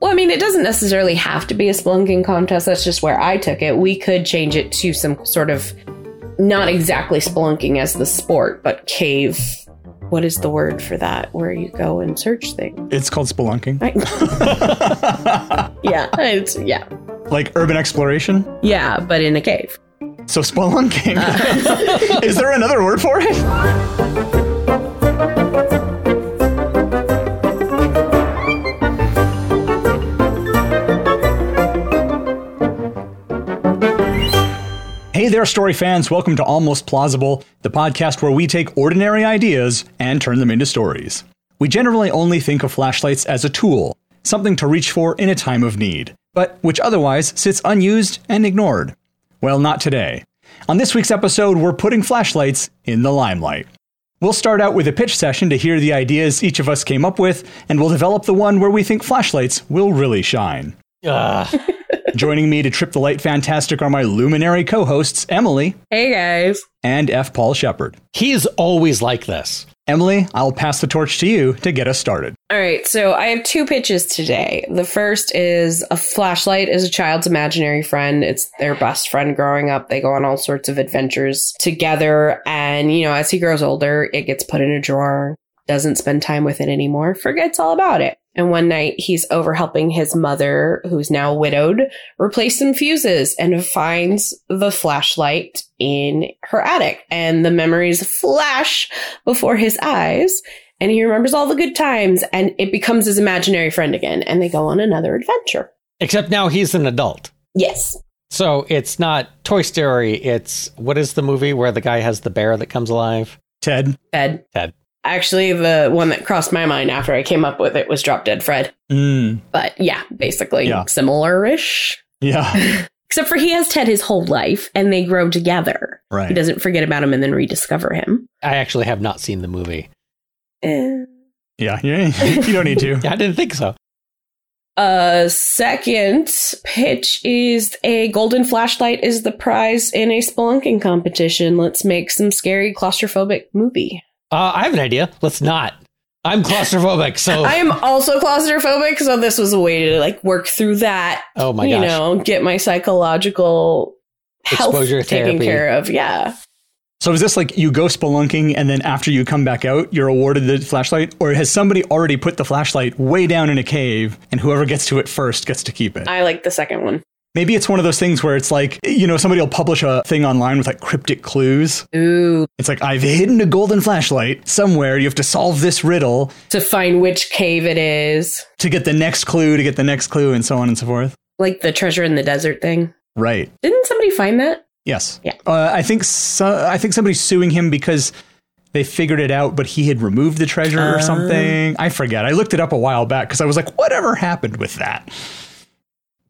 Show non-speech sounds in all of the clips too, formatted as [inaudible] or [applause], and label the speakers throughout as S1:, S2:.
S1: Well, I mean, it doesn't necessarily have to be a spelunking contest. That's just where I took it. We could change it to some sort of not exactly spelunking as the sport, but cave. What is the word for that? Where you go and search things.
S2: It's called spelunking.
S1: Right? [laughs] yeah, it's yeah,
S2: Like urban exploration.
S1: yeah, but in a cave.
S2: So spelunking. [laughs] Is there another word for it? Hey there, story fans. Welcome to Almost Plausible, the podcast where we take ordinary ideas and turn them into stories. We generally only think of flashlights as a tool, something to reach for in a time of need, but which otherwise sits unused and ignored. Well, not today. On this week's episode, we're putting flashlights in the limelight. We'll start out with a pitch session to hear the ideas each of us came up with, and we'll develop the one where we think flashlights will really shine. [laughs] Joining me to trip the light fantastic are my luminary co hosts, Emily
S1: Hey guys.
S2: and F. Paul Shepard.
S3: He is always like this.
S2: Emily, I'll pass the torch to you to get us started.
S1: All right, so I have two pitches today. The first is a flashlight is a child's imaginary friend. It's their best friend growing up. They go on all sorts of adventures together. And, you know, as he grows older, it gets put in a drawer, doesn't spend time with it anymore, forgets all about it. And one night he's over helping his mother, who's now widowed, replace some fuses and finds the flashlight in her attic. And the memories flash before his eyes and he remembers all the good times and it becomes his imaginary friend again and they go on another adventure.
S3: Except now he's an adult.
S1: Yes.
S3: So it's not Toy Story. It's what is the movie where the guy has the bear that comes alive?
S2: Ted?
S1: Ted.
S3: Ted.
S1: Actually, the one that crossed my mind after I came up with it was Drop Dead Fred.
S2: Mm,
S1: But yeah, basically
S2: Yeah.
S1: similar ish.
S2: yeah.
S1: Except for he has Ted his whole life and they grow together. He
S2: Right.
S1: doesn't forget about him and then rediscover him.
S3: I actually have not seen the movie.
S1: Eh.
S2: Yeah. [laughs] yeah. You don't need to.
S3: Yeah, I didn't think so.
S1: A Uh, second pitch is a golden flashlight is the prize in a spelunking competition. Let's make some scary claustrophobic movie.
S3: Uh, I have an idea. Let's not. I'm
S1: [laughs]
S3: claustrophobic, so
S1: I am also claustrophobic, so this was a way to like work through that.
S3: oh my
S1: you
S3: gosh,
S1: know, get my psychological health
S3: Exposure
S1: taken
S3: therapy.
S1: care of. Yeah.
S2: So is this like you go spelunking and then after you come back out, you're awarded the flashlight, or has somebody already put the flashlight way down in a cave and whoever gets to it first gets to keep it?
S1: I like the second one.
S2: Maybe it's one of those things where it's like, you know, somebody will publish a thing online with like cryptic clues.
S1: Ooh.
S2: It's like, I've hidden a golden flashlight somewhere. You have to solve this riddle
S1: To find which cave it is.
S2: to get the next clue, to get the next clue, and so on and so forth.
S1: Like the treasure in the desert thing.
S2: Right.
S1: Didn't somebody find that?
S2: Yes.
S1: Yeah.
S2: Uh, I think so, I think somebody's suing him because they figured it out, but he had removed the treasure or
S1: Uh.
S2: something. I forget. I looked it up a while back because I was like, whatever happened with that?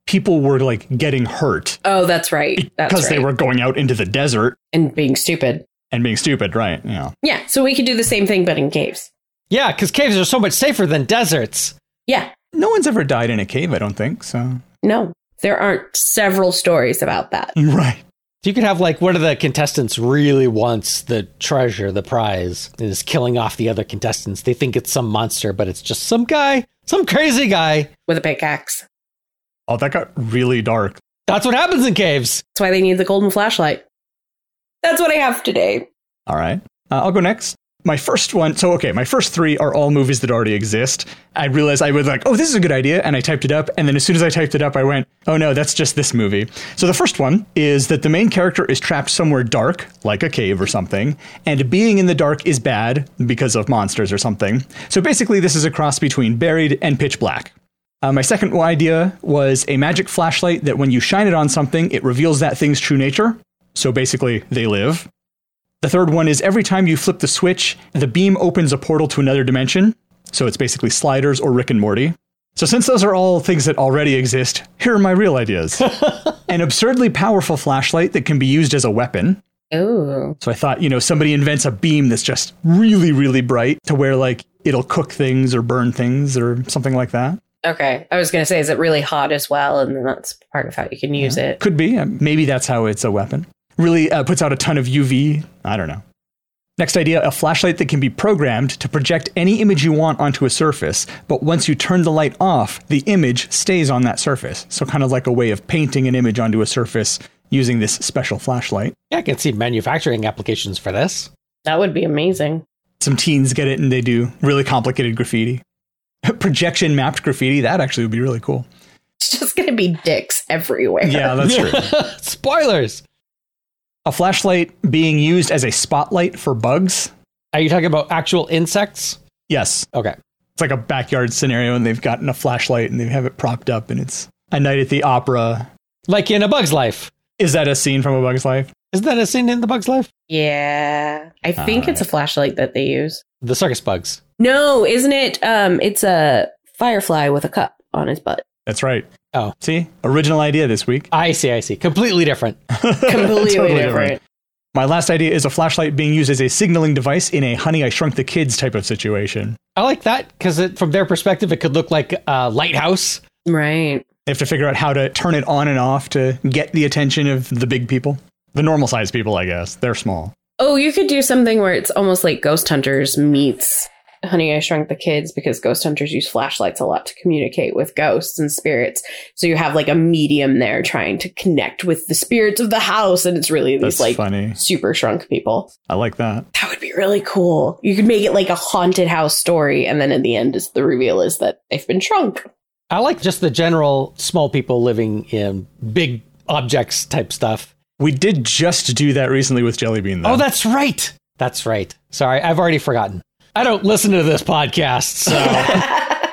S2: People were like getting hurt
S1: Oh, that's right. That's
S2: because
S1: right.
S2: they were going out into the desert
S1: and being stupid.
S2: and being stupid, right? Yeah.
S1: Yeah. So we could do the same thing, but in caves.
S3: yeah, because caves are so much safer than deserts.
S1: Yeah.
S2: No one's ever died in a cave, I don't think. So [laughs]
S1: No, there aren't several stories about that.
S2: right.
S3: You could have like one of the contestants really wants the treasure, the prize, and is killing off the other contestants. They think it's some monster, but it's just some guy, some crazy guy.
S1: With a pickaxe.
S2: Oh, that got really dark.
S3: That's what happens in caves.
S1: That's why they need the golden flashlight. That's what I have today.
S2: All right. Uh, I'll go next. My first one. So, okay, my first three are all movies that already exist. I realized I was like, oh, this is a good idea. And I typed it up. And then as soon as I typed it up, I went, oh, no, that's just this movie. So, the first one is that the main character is trapped somewhere dark, like a cave or something. And being in the dark is bad because of monsters or something. So, basically, this is a cross between buried and pitch black. Uh, my second idea was a magic flashlight that when you shine it on something, it reveals that thing's true nature. So, basically, they live. The third one is every time you flip the switch, the beam opens a portal to another dimension. So it's basically sliders or Rick and Morty. So since those are all things that already exist, here are my real ideas. An absurdly powerful flashlight that can be used as a weapon.
S1: Oh.
S2: So I thought, you know, somebody invents a beam that's just really, really bright to where like it'll cook things or burn things or something like that.
S1: Okay. I was going to say, is it really hot as well? And then that's part of how you can use it.
S2: Could be. Uh, Maybe that's how it's a weapon. Really uh, puts out a ton of UV. I don't know. Next idea a flashlight that can be programmed to project any image you want onto a surface, but once you turn the light off, the image stays on that surface. So, kind of like a way of painting an image onto a surface using this special flashlight.
S3: Yeah, I can see manufacturing applications for this.
S1: That would be amazing. [laughs]
S2: Some teens get it and they do really complicated graffiti. [laughs] Projection mapped graffiti, that actually would be really cool.
S1: It's just going to be dicks everywhere.
S2: [laughs] Yeah, that's true.
S3: [laughs] Spoilers.
S2: [laughs] A flashlight being used as a spotlight for bugs.
S3: Are you talking about actual insects?
S2: Yes,
S3: Okay.
S2: it's like a backyard scenario, and they've gotten a flashlight and they have it propped up, and it's a night at the opera.
S3: Like in A Bug's Life.
S2: Is that a scene from A Bug's Life?
S3: Isn't that a scene in The Bug's Life?
S1: [laughs] Yeah. I think
S2: Uh.
S1: it's a flashlight that they use.
S3: The circus bugs.
S1: No, isn't it? Um, it's a firefly with a cup on his butt.
S2: That's right.
S3: Oh.
S2: see, original idea this week.
S3: I see, I see. Completely different.
S1: Completely
S2: [laughs] Totally
S1: different.
S2: My last idea is a flashlight being used as a signaling device in a "Honey, I Shrunk the Kids" type of situation.
S3: I like that because from their perspective, it could look like a lighthouse.
S1: Right.
S2: They have to figure out how to turn it on and off to get the attention of the big people, the normal sized people, I guess. They're small.
S1: Oh, you could do something where it's almost like Ghost Hunters meets Honey, I Shrunk the Kids because Ghost Hunters use flashlights a lot to communicate with ghosts and spirits. So you have like a medium there trying to connect with the spirits of the house, and it's really these
S2: That's
S1: like
S2: funny.
S1: super shrunk people.
S2: I like that.
S1: That would be really cool. You could make it like a haunted house story, and then in the end, is the reveal is that they've been shrunk.
S3: I like just the general small people living in big objects type stuff.
S2: We did just do that recently with Jelly Bean, though.
S3: Oh, that's right. That's right. Sorry, I've already forgotten. I don't listen to this podcast.
S2: [laughs]
S3: So,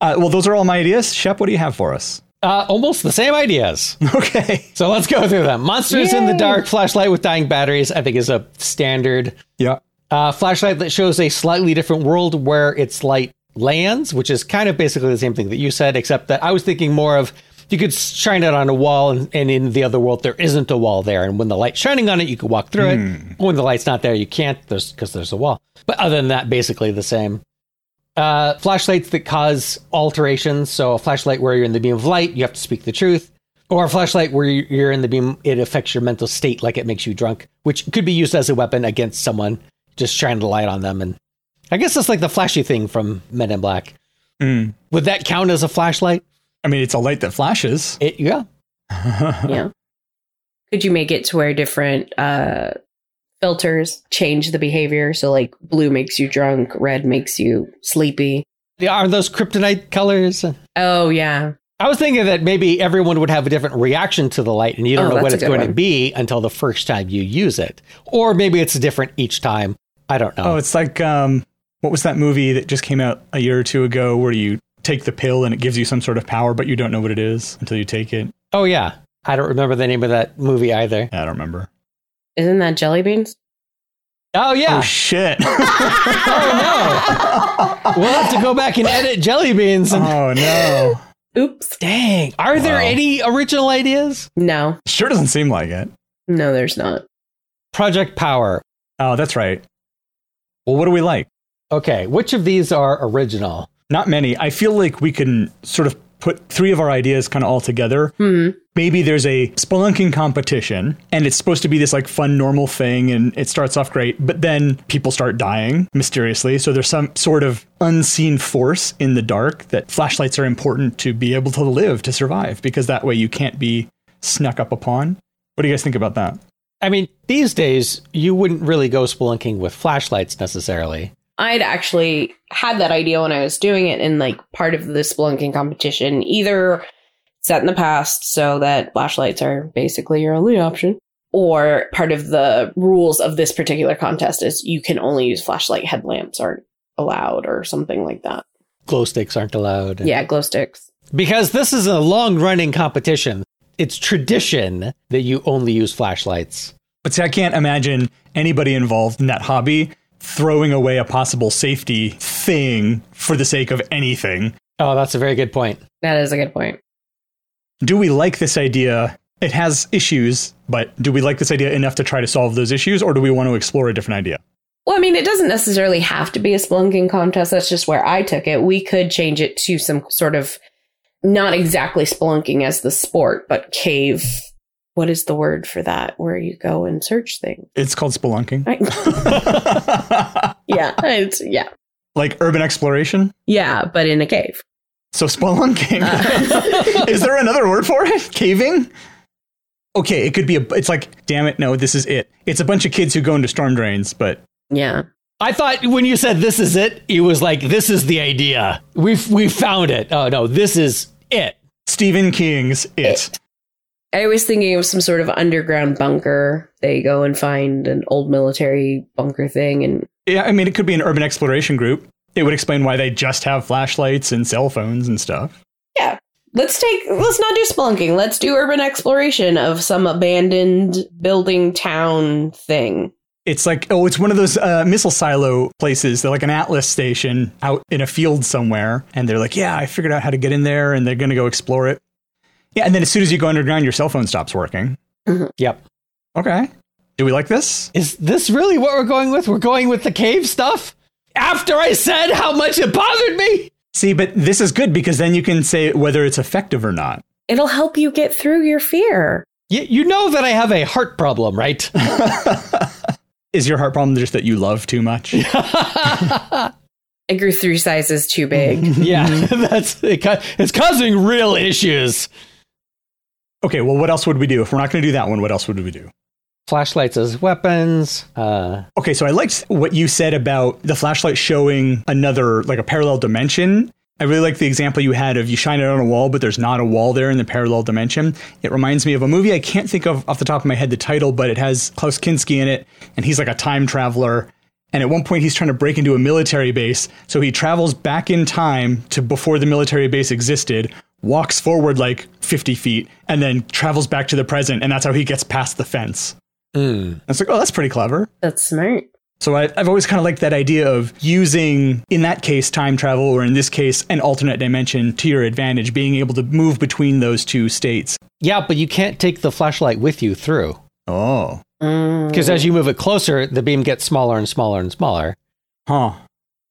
S2: uh, well, those are all my ideas. Shep, what do you have for us? [laughs]
S3: uh, almost the same ideas.
S2: Okay.
S3: So let's go through them. Monsters in the
S1: Yay.
S3: dark, flashlight with dying batteries, I think is a standard.
S2: Yeah.
S3: Uh, flashlight that shows a slightly different world where its light lands, which is kind of basically the same thing that you said, except that I was thinking more of you could shine it on a wall, and, and in the other world, there isn't a wall there. And when the light's shining on it, you can walk through it. When the light's not there, you can't because there's a wall. But other than that, basically the same uh, flashlights that cause alterations. So a flashlight where you're in the beam of light, you have to speak the truth, or a flashlight where you- you're in the beam, it affects your mental state, like it makes you drunk, which could be used as a weapon against someone. Just shining the light on them, and I guess that's like the flashy thing from Men in Black.
S2: Mm.
S3: Would that count as a flashlight?
S2: I mean, it's a light that
S3: [laughs]
S2: flashes. Oh,
S3: It, yeah,
S1: yeah. Could you make it to where different uh, filters change the behavior? So, like, blue makes you drunk, red makes you sleepy.
S3: Yeah, are those kryptonite colors?
S1: Oh, yeah.
S3: I was thinking that maybe everyone would have a different reaction to the light, and you
S1: Oh,
S3: don't know
S1: that's
S3: what
S1: a
S3: it's
S1: good
S3: going to
S1: one.
S3: be until the first time you use it, or maybe it's different each time. I don't know.
S2: Oh, it's like um, what was that movie that just came out a year or two ago where you take the pill and it gives you some sort of power, but you don't know what it is until you take it?
S3: Oh yeah. I don't remember the name of that movie either.
S2: I don't remember.
S1: Isn't that jelly beans?
S3: Oh yeah.
S2: Oh, shit. Oh,
S1: [laughs]
S3: we'll have to go back and edit Jelly Beans.
S1: Uh-huh.
S3: And-
S2: oh, no.
S1: Oops.
S3: Dang. Are there
S2: Wow.
S3: any original ideas?
S1: No,
S2: Sure doesn't seem like it.
S1: no, there's not.
S3: Project Power.
S2: Oh, that's right. Well, what do we like?
S3: Okay, which of these are original?
S2: Not many. I feel like we can sort of put three of our ideas kind of all together.
S1: Hmm.
S2: Maybe there's a spelunking competition and it's supposed to be this like fun, normal thing and it starts off great, but then people start dying mysteriously. So there's some sort of unseen force in the dark that flashlights are important to be able to live, to survive, because that way you can't be snuck up upon. What do you guys think about that?
S3: I mean, these days you wouldn't really go spelunking with flashlights necessarily.
S1: I'd actually had that idea when I was doing it in like part of the Splunking competition, either set in the past so that flashlights are basically your only option, or part of the rules of this particular contest is you can only use flashlight headlamps aren't allowed or something like that.
S3: Glow sticks aren't allowed.
S1: Yeah, glow sticks.
S3: Because this is a long running competition. It's tradition that you only use flashlights.
S2: But see, I can't imagine anybody involved in that hobby throwing away a possible safety thing for the sake of anything.
S3: Oh, that's a very good point. [laughs]
S1: That is a good point.
S2: Do we like this idea? It has issues, but do we like this idea enough to try to solve those issues, or do we want to explore a different idea?
S1: Well, I mean, it doesn't necessarily have to be a spelunking contest. That's just where I took it. We could change it to some sort of not exactly spelunking as the sport, but cave what is the word for that where you go and search things?
S2: It's called spelunking.
S1: I- yeah, [laughs] it's yeah,
S2: [laughs] like urban exploration.
S1: yeah, but in a cave.
S2: So spelunking.
S3: [laughs]
S1: Uh.
S2: is there another word for it? Caving? Okay, it could be a. It's like, damn it, no, this is it. It's a bunch of kids who go into storm drains, but
S1: Yeah,
S3: I thought when you said this is it, it was like this is the idea. We've we found it. Oh no, this is it.
S2: Stephen King's it.
S1: I was thinking of some sort of underground bunker. They go and find an old military bunker thing, and
S2: Yeah, I mean, it could be an urban exploration group. It would explain why they just have flashlights and cell phones and stuff.
S1: let's take let's not do spelunking. Let's do urban exploration of some abandoned building town thing.
S2: It's like, oh, it's one of those uh, missile silo places. They're like an Atlas station out in a field somewhere. And they're like, yeah, I figured out how to get in there and they're going to go explore it. Yeah, and then as soon as you go underground, your cell phone stops working.
S3: Yep.
S2: Okay. Do we like this?
S3: Is this really what we're going with? We're going with the cave stuff? After I said how much it bothered me?
S2: See, but this is good because then you can say whether it's effective or not.
S1: It'll help you get through your fear.
S3: You, you know that I have a heart problem, right?
S2: Is your heart problem just that you love too much?
S1: I grew three sizes too big.
S3: yeah, [laughs] that's it, ca- it's causing real issues.
S2: okay, well, what else would we do? If we're not going to do that one, what else would we do?
S3: Flashlights as weapons. Uh,
S2: Okay, so I liked what you said about the flashlight showing another, like a parallel dimension. I really like the example you had of you shine it on a wall, but there's not a wall there in the parallel dimension. It reminds me of a movie I can't think of off the top of my head the title, but it has Klaus Kinski in it, and he's like a time traveler. And at one point, he's trying to break into a military base. So he travels back in time to before the military base existed, walks forward like 50 feet, and then travels back to the present. And that's how he gets past the fence. And it's like, oh, that's pretty clever.
S1: That's smart.
S2: So I, I've always kind of liked that idea of using, in that case, time travel, or in this case, an alternate dimension to your advantage, being able to move between those two states.
S3: yeah, but you can't take the flashlight with you through
S2: Oh.
S1: Mm.
S3: because as you move it closer, the beam gets smaller and smaller and smaller
S2: Huh.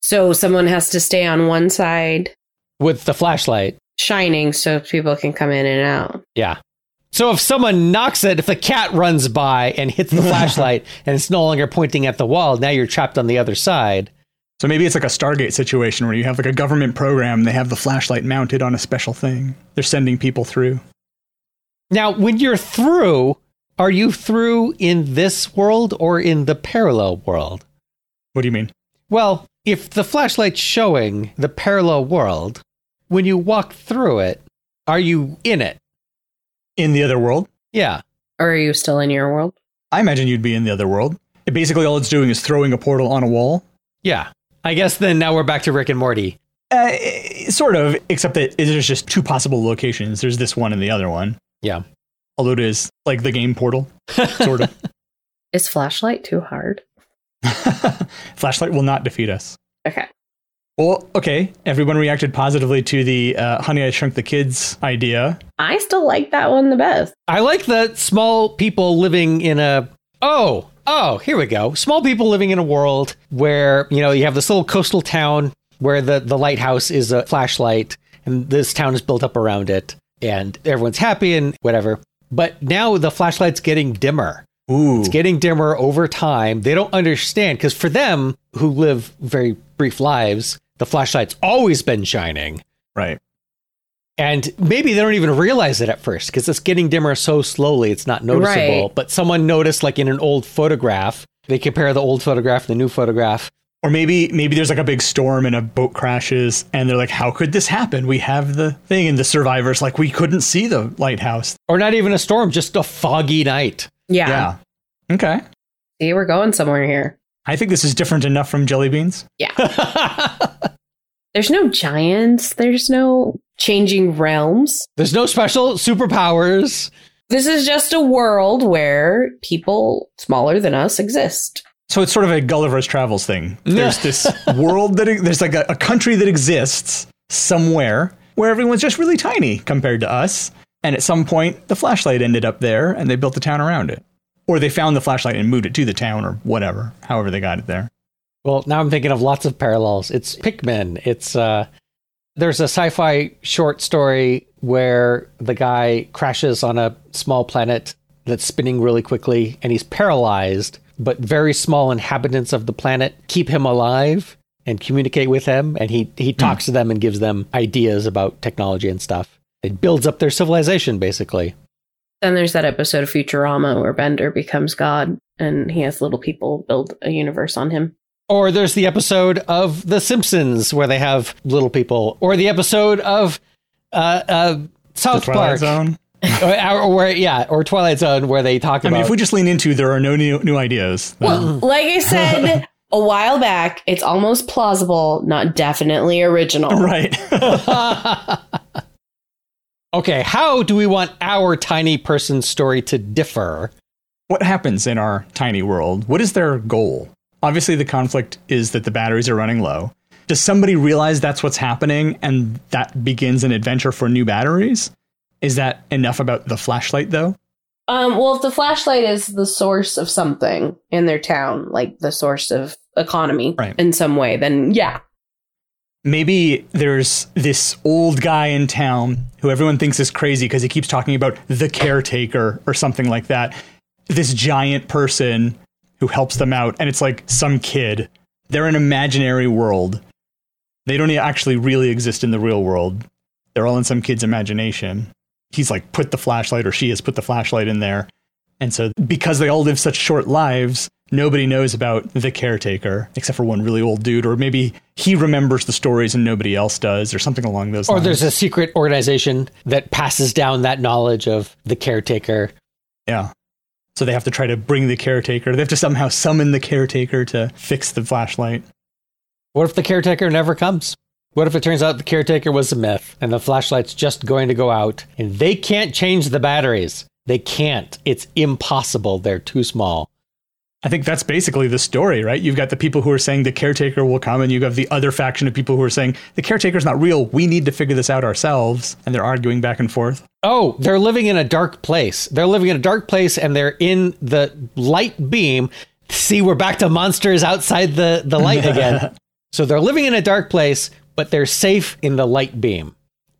S1: So someone has to stay on one side
S3: with the flashlight.
S1: shining so people can come in and out.
S3: Yeah. So if someone knocks it, if the cat runs by and hits the flashlight and it's no longer pointing at the wall, now you're trapped on the other side.
S2: So maybe it's like a Stargate situation where you have like a government program, and they have the flashlight mounted on a special thing. They're sending people through.
S3: Now, when you're through, are you through in this world or in the parallel world?
S2: What do you mean?
S3: Well, if the flashlight's showing the parallel world, when you walk through it, are you in it?
S2: In the other world?
S3: Yeah.
S1: Or are you still in your world?
S2: I imagine you'd be in the other world. It basically, all it's doing is throwing a portal on a wall.
S3: Yeah. I guess then now we're back to Rick and Morty.
S2: Uh, sort of, except that there's just two possible locations. There's this one and the other one.
S3: Yeah.
S2: Although it is like the game portal, sort of.
S1: Is flashlight too hard?
S2: [laughs] Flashlight will not defeat us.
S1: Okay.
S2: Well, okay. Everyone reacted positively to the uh, "Honey, I Shrunk the Kids" idea.
S1: I still like that one the best.
S3: I like the small people living in a oh oh here we go small people living in a world where you know you have this little coastal town where the the lighthouse is a flashlight and this town is built up around it and everyone's happy and whatever but now the flashlight's getting dimmer
S2: Ooh,
S3: it's getting dimmer over time they don't understand because for them who live very brief lives the flashlight's always been shining
S2: right.
S3: and maybe they don't even realize it at first because it's getting dimmer so slowly, it's not noticeable.
S1: Right.
S3: But someone noticed, like in an old photograph, they compare the old photograph and the new photograph.
S2: Or maybe maybe there's like a big storm and a boat crashes, and they're like, "How could this happen? We have the thing." And the survivors like, "We couldn't see the lighthouse."
S3: Or not even a storm, just a foggy night. [laughs]
S1: Yeah.
S2: yeah. Okay.
S1: See, we're going somewhere here.
S2: I think this is different enough from jelly beans.
S1: There's no giants. There's no changing realms.
S3: There's no special superpowers.
S1: This is just a world where people smaller than us exist.
S2: So it's sort of a Gulliver's Travels thing. There's this world that e, there's like a, a country that exists somewhere where everyone's just really tiny compared to us. And at some point, the flashlight ended up there, and they built a town around it, or they found the flashlight and moved it to the town, or whatever. However, they got it there.
S3: Well, now I'm thinking of lots of parallels. It's Pikmin. It's uh there's a sci-fi short story where the guy crashes on a small planet that's spinning really quickly, and he's paralyzed. But very small inhabitants of the planet keep him alive and communicate with him, and he he talks to them and gives them ideas about technology and stuff. It builds up their civilization, basically.
S1: Then there's that episode of Futurama where Bender becomes God and he has little people build a universe on him.
S3: Or there's the episode of The Simpsons where they have little people, or the episode of uh, uh,
S2: Oh,
S3: South Park,
S2: Zone.
S3: [laughs] or, or where yeah, or Twilight Zone where they talk
S2: I
S3: about.
S2: mean, if we just lean into, there are no new, new ideas. then- [laughs]
S1: Well, like I said a while back, it's almost plausible, not definitely original.
S2: [laughs] right.
S3: [laughs] okay, how do we want our tiny person story to differ?
S2: what happens in our tiny world? What is their goal? Obviously, the conflict is that the batteries are running low. Does somebody realize that's what's happening and that begins an adventure for new batteries? Is that enough about the flashlight, though?
S1: Um, well, if the flashlight is the source of something in their town, like the source of economy
S2: Right.
S1: in some way, then [laughs] yeah.
S2: Maybe there's this old guy in town who everyone thinks is crazy because he keeps talking about the caretaker or something like that. This giant person who helps them out, and it's like some kid. They're an imaginary world. They don't e- actually really exist in the real world. They're all in some kid's imagination. He's like put the flashlight, or she has put the flashlight in there. And so, because they all live such short lives, nobody knows about the caretaker except for one really old dude, or maybe he remembers the stories and nobody else does, or something along those
S3: Or
S2: lines.
S3: there's a secret organization that passes down that knowledge of the caretaker.
S2: Yeah. So they have to try to bring the caretaker. They have to somehow summon the caretaker to fix the flashlight.
S3: What if the caretaker never comes? What if it turns out the caretaker was a myth and the flashlight's just going to go out and they can't change the batteries? They can't. It's impossible. They're too small.
S2: I think that's basically the story, right? You've got the people who are saying the caretaker will come, and you have the other faction of people who are saying the caretaker's not real. We need to figure this out ourselves. And they're arguing back and forth.
S3: Oh, they're living in a dark place. They're living in a dark place and they're in the light beam. See, we're back to monsters outside the, the light again. so they're living in a dark place, but they're safe in the light beam.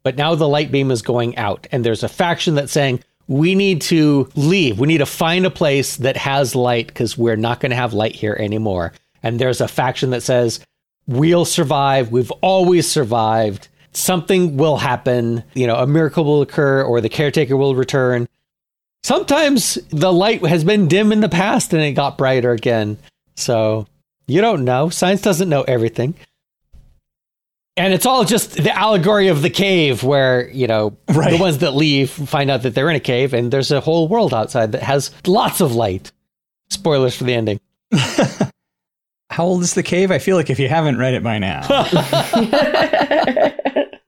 S3: But now the light beam is going out, and there's a faction that's saying, we need to leave. We need to find a place that has light because we're not going to have light here anymore. And there's a faction that says, we'll survive. We've always survived. Something will happen. You know, a miracle will occur or the caretaker will return. Sometimes the light has been dim in the past and it got brighter again. So you don't know. Science doesn't know everything. And it's all just the allegory of the cave where, you know,
S2: Right.
S3: the ones that leave find out that they're in a cave and there's a whole world outside that has lots of light. Spoilers for the ending. [laughs]
S2: How old is the cave? I feel like if you haven't read it by now, uh,
S1: Hmm.
S2: it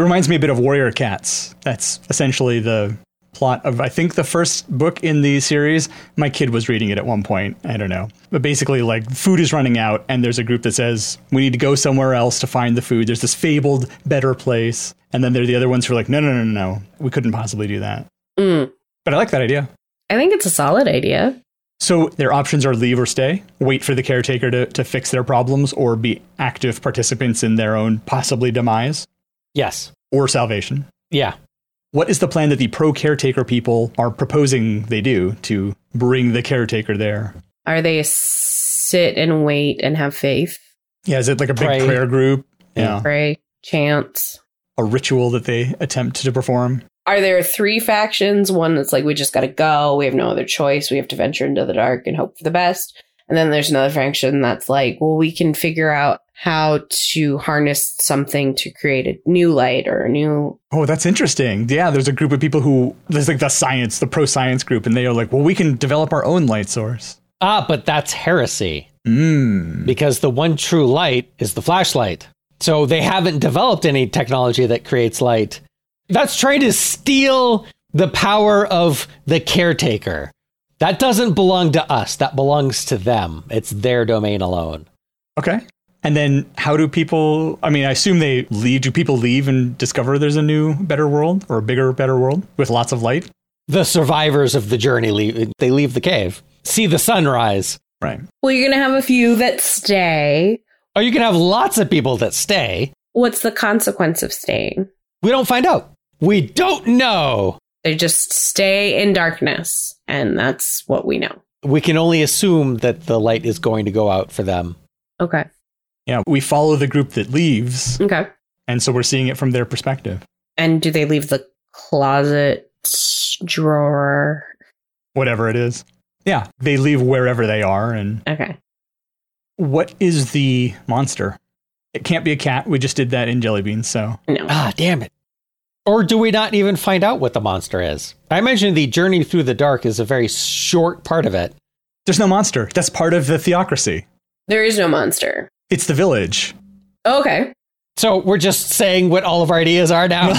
S2: reminds me a bit of Warrior Cats. That's essentially the plot of, I think, the first book in the series. My kid was reading it at one point. I don't know. But basically, like, food is running out, and there's a group that says, we need to go somewhere else to find the food. There's this fabled, better place. And then there are the other ones who are like, no, no, no, no, no. We couldn't possibly do that.
S1: Mm.
S2: But I like that idea.
S1: I think it's a solid idea.
S2: So their options are leave or stay, wait for the caretaker to, to fix their problems, or be active participants in their own possibly demise
S3: Yes.
S2: or salvation.
S3: Yeah.
S2: What is the plan that the pro caretaker people are proposing they do to bring the caretaker there?
S1: Are they sit and wait and have faith,
S2: Yeah, is it like a big
S3: Pray.
S2: prayer group? Yeah.
S3: Yeah.
S1: pray, chance?
S2: A ritual that they attempt to perform?
S1: Are there three factions? One that's like, we just got to go. We have no other choice. We have to venture into the dark and hope for the best. And then there's another faction that's like, well, we can figure out how to harness something to create a new light or a new.
S2: Oh, that's interesting. Yeah, there's a group of people who, there's like the science, the pro science group, and they are like, well, we can develop our own light source.
S3: Ah, but that's heresy
S2: Mm.
S3: because the one true light is the flashlight. So they haven't developed any technology that creates light. That's trying to steal the power of the caretaker. That doesn't belong to us. That belongs to them. It's their domain alone.
S2: Okay. And then how do people I mean, I assume they leave do people leave and discover there's a new better world or a bigger better world with lots of light?
S3: The survivors of the journey leave, they leave the cave, see the sunrise.
S2: Right.
S1: Well, you're going to have a few that stay.
S3: Or Oh, you can have lots of people that stay.
S1: What's the consequence of staying?
S3: We don't find out. We don't know.
S1: They just stay in darkness, and that's what we know.
S3: We can only assume that the light is going to go out for them.
S1: Okay.
S2: Yeah, we follow the group that leaves,
S1: Okay.
S2: and so we're seeing it from their perspective.
S1: And do they leave the closet drawer?
S2: Whatever it is. Yeah, they leave wherever they are. And
S1: Okay.
S2: what is the monster? It can't be a cat. We just did that in Jelly Beans, so
S1: No.
S3: Ah, damn it. Or do we not even find out what the monster is? I imagine the journey through the dark is a very short part of it.
S2: there's no monster. That's part of the theocracy.
S1: There is no monster.
S2: It's the village.
S1: Okay.
S3: So we're just saying what all of our ideas are
S2: [laughs]
S3: now.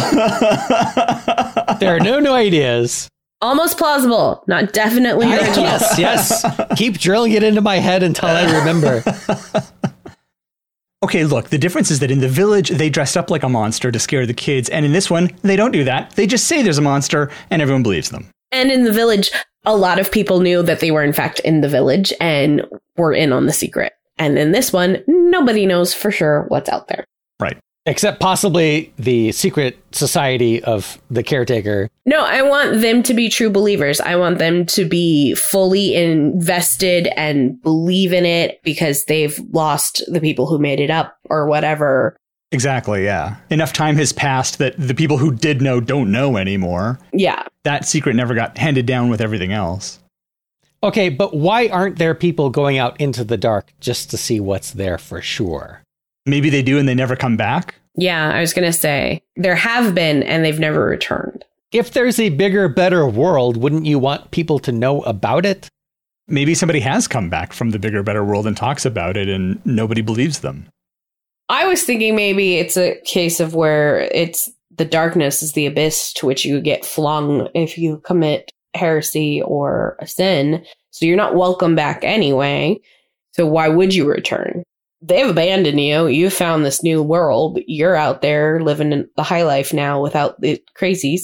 S3: there are no new ideas.
S1: Almost plausible. Not definitely original.
S3: yes, yes. Keep drilling it into my head until I remember.
S2: Okay, look, the difference is that in the village, they dressed up like a monster to scare the kids, and in this one, they don't do that. They just say there's a monster, and everyone believes them.
S1: And in the village, a lot of people knew that they were in fact in the village and were in on the secret. And in this one, nobody knows for sure what's out there.
S3: Except possibly the secret society of the caretaker.
S1: No, I want them to be true believers. I want them to be fully invested and believe in it because they've lost the people who made it up or whatever.
S2: Exactly, yeah. Enough time has passed that the people who did know don't know anymore.
S1: Yeah.
S2: That secret never got handed down with everything else.
S3: Okay, but why aren't there people going out into the dark just to see what's there for sure?
S2: Maybe they do and they never come back.
S1: Yeah, I was going to say there have been and they've never returned.
S3: If there's a bigger, better world, wouldn't you want people to know about it?
S2: Maybe somebody has come back from the bigger, better world and talks about it, and nobody believes them.
S1: I was thinking maybe it's a case of where it's the darkness is the abyss to which you get flung if you commit heresy or a sin. So you're not welcome back anyway. So why would you return? They've abandoned you. You found this new world. You're out there living in the high life now without the crazies.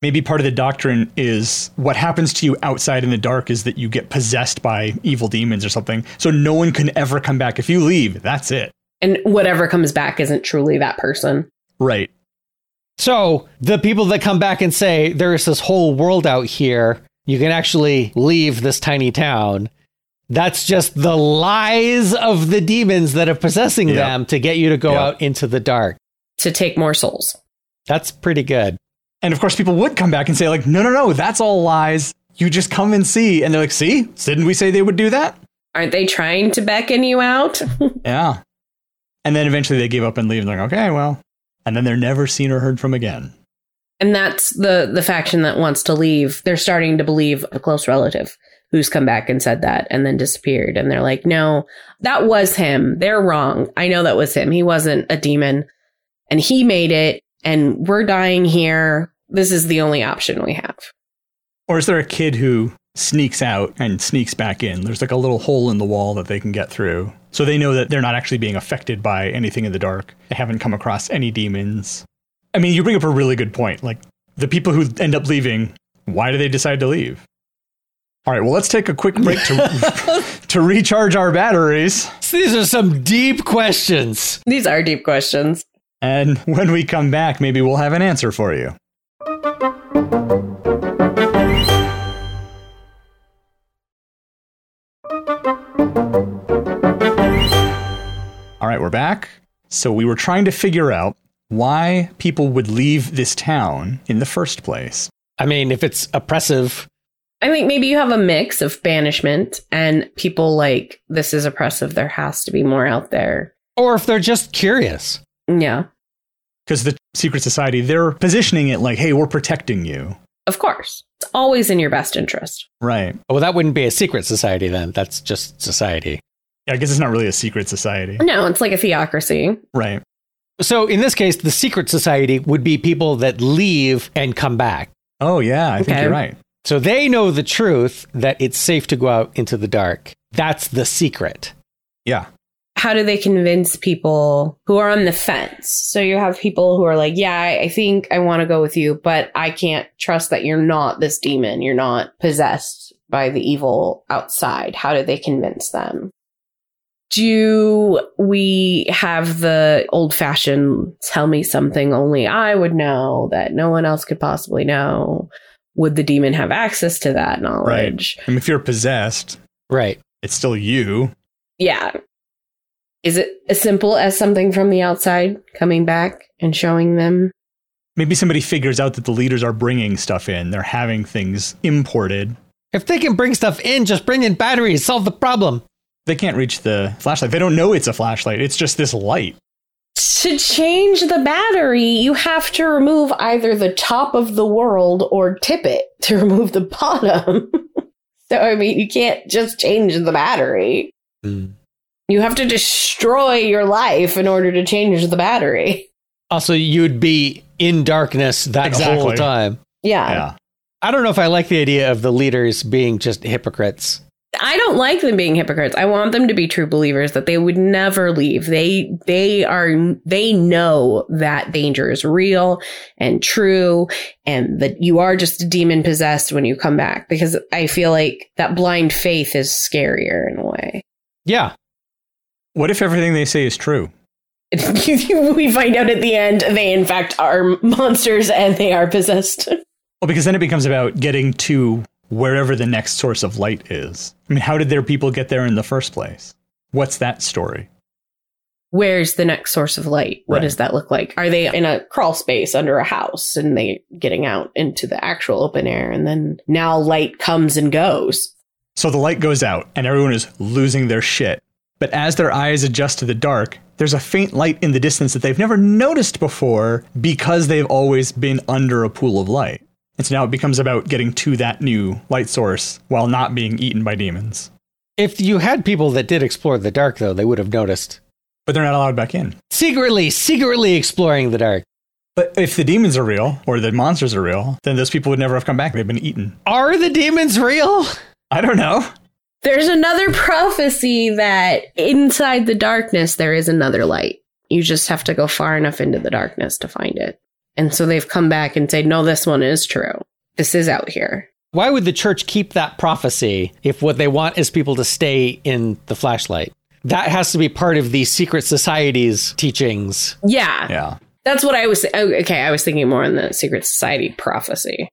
S2: Maybe part of the doctrine is what happens to you outside in the dark is that you get possessed by evil demons or something. So no one can ever come back. If you leave, that's it.
S1: And whatever comes back isn't truly that person.
S2: Right.
S3: So, the people that come back and say, there's this whole world out here, you can actually leave this tiny town. That's just the lies of the demons that are possessing
S2: Yeah.
S3: them to get you to go
S2: Yeah.
S3: out into the dark.
S1: To take more souls.
S3: That's pretty good.
S2: And of course, people would come back and say, like, no, no, no, that's all lies. You just come and see. And they're like, see, didn't we say they would do that?
S1: Aren't they trying to beckon you out?
S2: Yeah. And then eventually they give up and leave. And they're like, okay, well. And then they're never seen or heard from again.
S1: And that's the the faction that wants to leave. They're starting to believe a close relative who's come back and said that and then disappeared. And they're like, no, that was him. They're wrong. I know that was him. He wasn't a demon and he made it and we're dying here. This is the only option we have.
S2: Or is there a kid who sneaks out and sneaks back in? There's like a little hole in the wall that they can get through. So they know that they're not actually being affected by anything in the dark. They haven't come across any demons. I mean, you bring up a really good point. Like the people who end up leaving, why do they decide to leave? All right, well, let's take a quick break to, to recharge our batteries.
S3: So these are some deep questions.
S1: These are deep questions.
S2: And [laughs] when we come back, maybe we'll have an answer for you. All right, we're back. So we were trying to figure out why people would leave this town in the first place.
S3: I mean, if it's oppressive,
S1: I think maybe you have a mix of banishment and people like this is oppressive. There has to be more out there.
S3: or if they're just curious.
S1: Yeah,
S2: Because the secret society, they're positioning it like, hey, we're protecting you.
S1: of course. It's always in your best interest.
S2: Right.
S3: Well, that wouldn't be a secret society then. That's just society.
S2: I guess it's not really a secret society.
S1: No, it's like a theocracy.
S2: Right.
S3: So in this case, the secret society would be people that leave and come back.
S2: Oh, yeah. I think
S1: Okay.
S2: you're right.
S3: So they know the truth that it's safe to go out into the dark. That's the secret.
S2: Yeah.
S1: How do they convince people who are on the fence? So you have people who are like, yeah, I I think I want to go with you, but I can't trust that you're not this demon. You're not possessed by the evil outside. How do they convince them? do we have the old fashioned tell me something only I would know that no one else could possibly know? would the demon have access to that knowledge?
S2: I mean, if you're possessed,
S3: Right.
S2: it's still you.
S1: Yeah. Is it as simple as something from the outside coming back and showing them?
S2: Maybe somebody figures out that the leaders are bringing stuff in. They're having things imported.
S3: If they can bring stuff in, just bring in batteries, solve the problem.
S2: They can't reach the flashlight. They don't know it's a flashlight. It's just this light.
S1: To change the battery, you have to remove either the top of the world or tip it [laughs] to remove the bottom. [laughs] so, I mean, you can't just change the battery. You have to destroy your life in order to change the battery. [laughs]
S3: Also, you'd be in darkness that whole
S2: Exactly.
S3: time.
S1: Yeah.
S2: yeah.
S3: I don't know if I like the idea of the leaders being just hypocrites.
S1: I don't like them being hypocrites. I want them to be true believers that they would never leave. They they are they know that danger is real and true and that you are just a demon possessed when you come back because I feel like that blind faith is scarier in a way. [laughs]
S3: Yeah.
S2: What if everything they say is true?
S1: we find out at the end they in fact are monsters and they are possessed. [laughs]
S2: Well, because then it becomes about getting to wherever the next source of light is. I mean, how did their people get there in the first place? What's that story?
S1: Where's the next source of light? What
S2: Right.
S1: does that look like? Are they in a crawl space under a house and they getting out into the actual open air and then now light comes and goes?
S2: So the light goes out and everyone is losing their shit. But as their eyes adjust to the dark, there's a faint light in the distance that they've never noticed before because they've always been under a pool of light. And so now it becomes about getting to that new light source while not being eaten by demons.
S3: If you had people that did explore the dark, though, they would have noticed.
S2: But they're not allowed back in.
S3: Secretly, secretly exploring the dark.
S2: But if the demons are real or the monsters are real, then those people would never have come back. They've been eaten.
S3: Are the demons real?
S2: I don't know.
S1: There's another [laughs] prophecy that inside the darkness there is another light. You just have to go far enough into the darkness to find it. And so they've come back and said, no, this one is true. This is out here.
S3: Why would the church keep that prophecy if what they want is people to stay in the flashlight? That has to be part of the secret society's teachings.
S1: Yeah.
S2: Yeah.
S1: That's what I was. oh, Okay. I was thinking more on the secret society prophecy.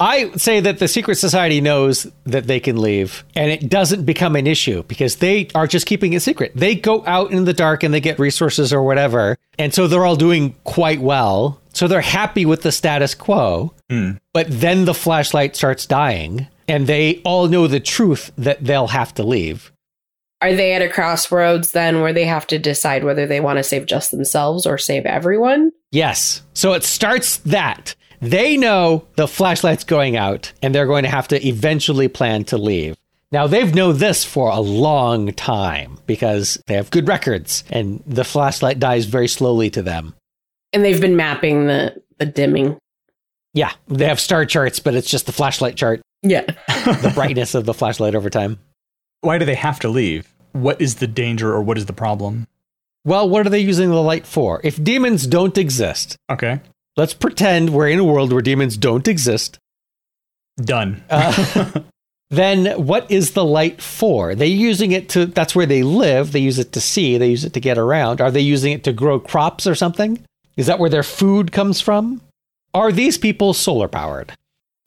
S3: I say that the secret society knows that they can leave and it doesn't become an issue because they are just keeping it secret. They go out in the dark and they get resources or whatever. And so they're all doing quite well. So they're happy with the status quo. But then the flashlight starts dying and they all know the truth that they'll have to leave.
S1: are they at a crossroads then where they have to decide whether they want to save just themselves or save everyone?
S3: Yes. So it starts that. They know the flashlight's going out and they're going to have to eventually plan to leave. Now, they've known this for a long time because they have good records and the flashlight dies very slowly to them.
S1: And they've been mapping the the dimming.
S3: Yeah, they have star charts, but it's just the flashlight chart,
S1: Yeah.
S3: the brightness of the flashlight over time.
S2: Why do they have to leave? What is the danger or what is the problem?
S3: Well, what are they using the light for? If demons don't exist,
S2: Okay.
S3: let's pretend we're in a world where demons don't exist.
S2: Done.
S3: Uh, then what is the light for? They using it to that's where they live. They use it to see. They use it to get around. Are they using it to grow crops or something? Is that where their food comes from? Are these people solar powered?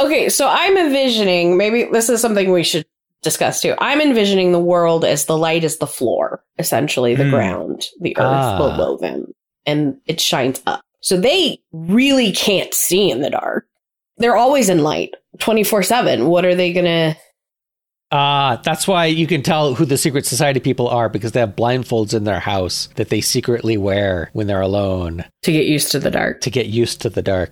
S1: Okay, so I'm envisioning maybe this is something we should discuss too. I'm envisioning the world as the light is the floor, essentially the
S2: Hmm.
S1: ground, the earth
S3: Ah.
S1: below them, and it shines up. So they really can't see in the dark. They're always in light 24 7. What are they going to?
S3: Ah, that's why you can tell who the secret society people are because they have blindfolds in their house that they secretly wear when they're alone
S1: To get used to the dark.
S3: to get used to the dark.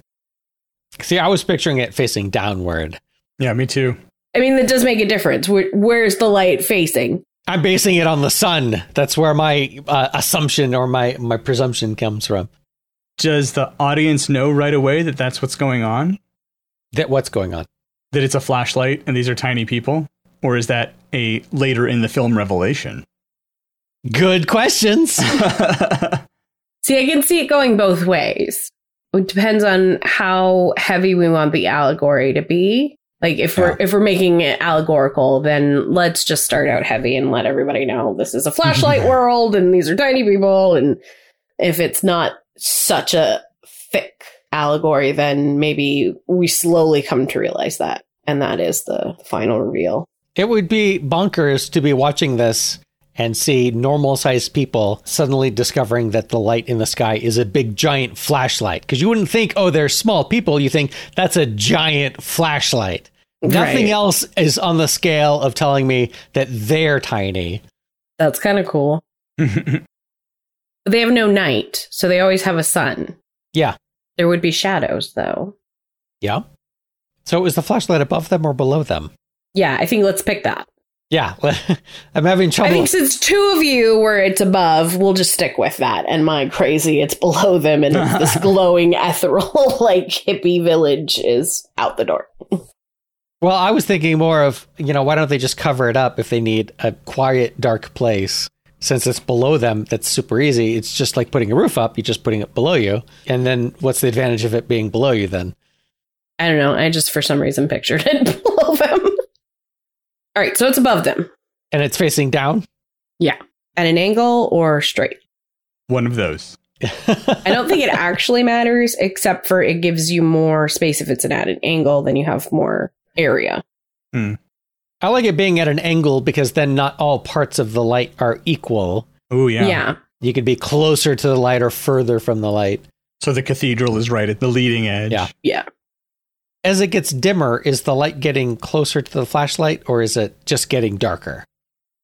S3: See, I was picturing it facing downward.
S2: yeah, me too.
S1: I mean, that does make a difference. Where, where's the light facing?
S3: I'm basing it on the sun. That's where my uh, assumption or my, my presumption comes from.
S2: Does the audience know right away that that's what's going on?
S3: That what's going on?
S2: That it's a flashlight and these are tiny people? Or is that a later in the film revelation? [laughs]
S3: Good questions.
S1: See, I can see it going both ways. It depends on how heavy we want the allegory to be. Like if we're if we're making it allegorical, then let's just start out heavy and let everybody know this is a
S3: [laughs]
S1: flashlight world and these are tiny people and if it's not such a thick allegory, then maybe we slowly come to realize that. And that is the final reveal.
S3: [laughs] It would be bonkers to be watching this and see normal sized people suddenly discovering that the light in the sky is a big giant flashlight. Because you wouldn't think, oh, they're small people. You think that's a giant flashlight. Nothing
S1: Right.
S3: else is on the scale of telling me that they're tiny.
S1: That's kind of cool. But they have no night, so they always have a sun.
S3: Yeah.
S1: There would be shadows, though.
S3: Yeah. So it was the flashlight above them or below them?
S1: Yeah, I think let's pick that.
S3: Yeah. [laughs] I'm having
S1: I
S3: trouble.
S1: think since two of you were it's above, we'll just stick with that. And my crazy, it's below them, and it's this glowing ethereal [laughs] like hippie village is out the door.
S3: Well, I was thinking more of, you know, why don't they just cover it up if they need a quiet, dark place? Since it's below them, that's super easy. It's just like putting a roof up, you're just putting it below you. And then what's the advantage of it being below you then?
S1: I don't know. I just for some reason pictured it [laughs] below them. All right, so it's above them
S3: And it's facing down? [laughs]
S1: at an angle or straight.
S2: One of those.
S1: I don't think it actually matters, except for it gives you more space if it's an at an angle, then you have more area.
S3: I like it being at an angle because then not all parts of the light are equal.
S2: Oh yeah.
S3: You could be closer to the light or further from the light.
S2: So the cathedral is right at the leading edge.
S3: Yeah.
S1: Yeah.
S3: As it gets dimmer, is the light getting closer to the flashlight or is it just getting darker?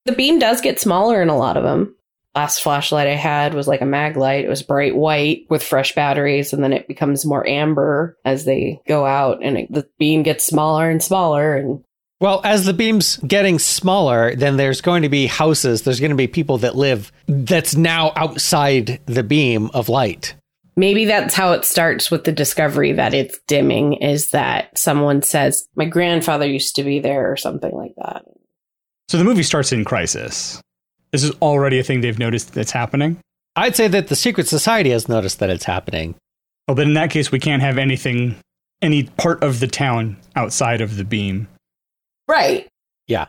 S1: The beam does get smaller in a lot of them. Last flashlight I had was like a mag light. It was bright white with fresh batteries, and then it becomes more amber as they go out, and it, the beam gets smaller and smaller. And
S3: Well, as the beam's getting smaller, then there's going to be houses, there's going to be people that live that's now outside the beam of light.
S1: maybe that's how it starts with the discovery that it's dimming is that someone says, My grandfather used to be there, or something like that.
S2: So the movie starts in crisis. This is already a thing they've noticed that's happening.
S3: I'd say that the secret society has noticed that it's happening.
S2: Oh, but in that case, we can't have anything, any part of the town outside of the beam. [laughs]
S1: Right.
S3: Yeah.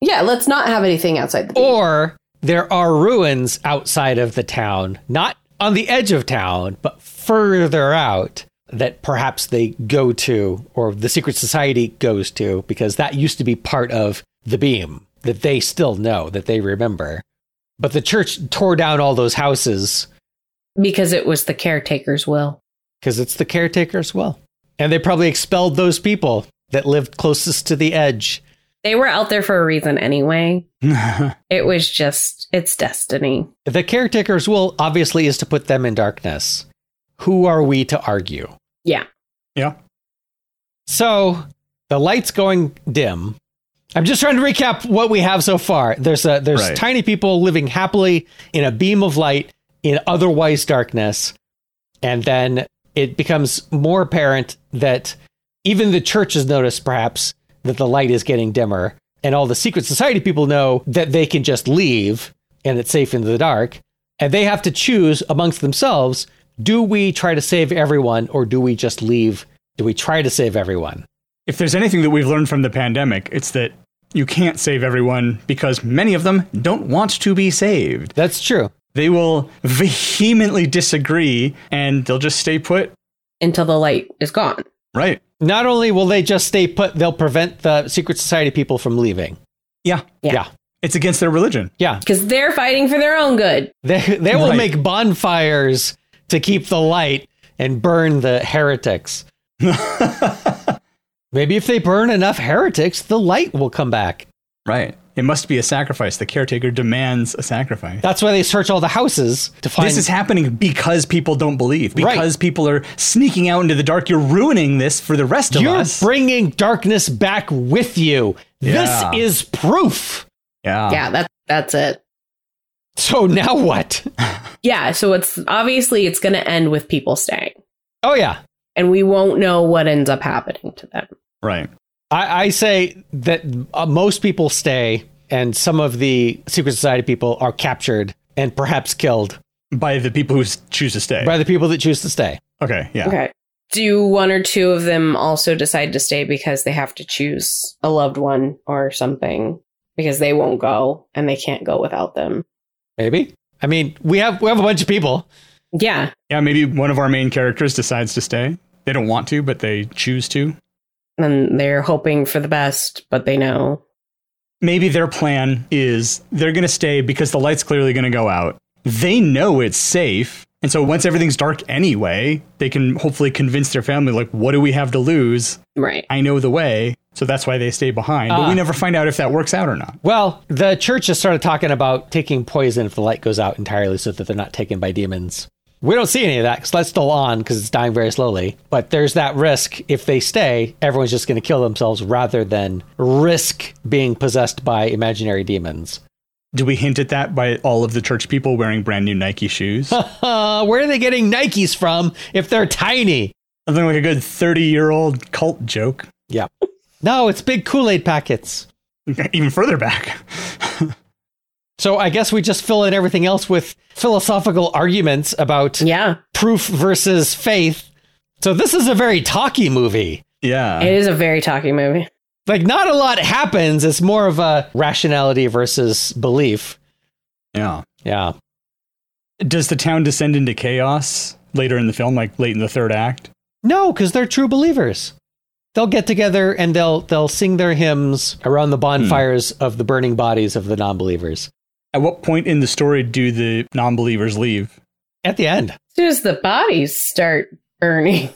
S1: Yeah, let's not have anything outside the beam.
S3: Or there are ruins outside of the town, not on the edge of town, but further out that perhaps they go to or the secret society goes to because that used to be part of the beam that they still know that they remember. But the church tore down all those houses
S1: because it was the caretaker's will.
S3: because it's the caretaker's will. And they probably expelled those people that lived closest to the edge.
S1: They were out there for a reason anyway.
S2: yeah.
S1: It was just, it's destiny.
S3: The caretaker's will obviously is to put them in darkness. Who are we to argue?
S1: Yeah.
S3: So the light's going dim. I'm just trying to recap what we have so far. There's a there's
S2: Right.
S3: tiny people living happily in a beam of light in otherwise darkness, and then it becomes more apparent that even the church has noticed perhaps that the light is getting dimmer, and all the secret society people know that they can just leave and it's safe in the dark, and they have to choose amongst themselves: do we try to save everyone or do we just leave? Do we try to save everyone?
S2: If there's anything that we've learned from the pandemic, it's that you can't save everyone because many of them don't want to be saved.
S3: That's true.
S2: They will vehemently disagree and they'll just stay put.
S1: Until the light is gone.
S2: Right.
S3: Not only will they just stay put, they'll prevent the secret society people from leaving.
S2: Yeah.
S1: Yeah.
S3: Yeah.
S2: It's against their religion. [laughs]
S3: Yeah.
S1: Because they're fighting for their own good.
S3: They they will
S2: Right.
S3: make bonfires to keep the light and burn the heretics. Maybe if they burn enough heretics, the light will come back.
S2: Right. It must be a sacrifice. The caretaker demands a sacrifice.
S3: That's why they search all the houses to find
S2: This is happening because people don't believe,
S3: Right.
S2: because people are sneaking out into the dark. You're ruining this for the rest of
S3: You're
S2: us.
S3: bringing darkness back with you.
S2: Yeah.
S3: This is proof.
S2: yeah.
S1: yeah, that, that's it.
S3: So now what?
S1: Yeah, so it's obviously it's going to end with people staying.
S3: Oh yeah.
S1: And we won't know what ends up happening to them.
S2: Right.
S3: I, I say that uh, most people stay, and some of the secret society people are captured and perhaps killed
S2: By the people who s- choose to stay.
S3: by the people that choose to stay.
S2: Okay. Yeah.
S1: Okay. Do one or two of them also decide to stay because they have to choose a loved one or something because they won't go and they can't go without them?
S3: Maybe. I mean, we have we have a bunch of people.
S1: Yeah.
S2: Yeah, maybe one of our main characters decides to stay. They don't want to, but they choose to.
S1: And they're hoping for the best, but they know.
S2: Maybe their plan is they're going to stay because the light's clearly going to go out. They know it's safe. And so once everything's dark anyway, they can hopefully convince their family, like, what do we have to lose?
S1: Right.
S2: I know the way. So that's why they stay behind. But
S3: Ah.
S2: we never find out if that works out or not.
S3: Well, the church has started talking about taking poison if the light goes out entirely so that they're not taken by demons. We don't see any of that because light's still on because it's dying very slowly. But there's that risk if they stay, everyone's just going to kill themselves rather than risk being possessed by imaginary demons. [laughs]
S2: Do we hint at that by all of the church people wearing brand new Nike shoes?
S3: Uh, where are they getting Nikes from if they're tiny?
S2: Something like a good 30 year old cult joke, [laughs]
S3: Yeah. No, it's big Kool Aid packets.
S2: even further back. [laughs]
S3: So I guess we just fill in everything else with philosophical arguments about
S1: Yeah.
S3: proof versus faith. So this is a very talky movie.
S2: yeah.
S1: It is a very talking movie.
S3: Like not a lot happens. It's more of a rationality versus belief.
S2: yeah.
S3: Yeah.
S2: Does the town descend into chaos later in the film, like late in the third act?
S3: No, because they're true believers. They'll get together and they'll they'll sing their hymns around the bonfires of the burning bodies of the non-believers.
S2: At what point in the story do the non believers leave?
S3: At the end.
S1: As soon as the bodies start burning.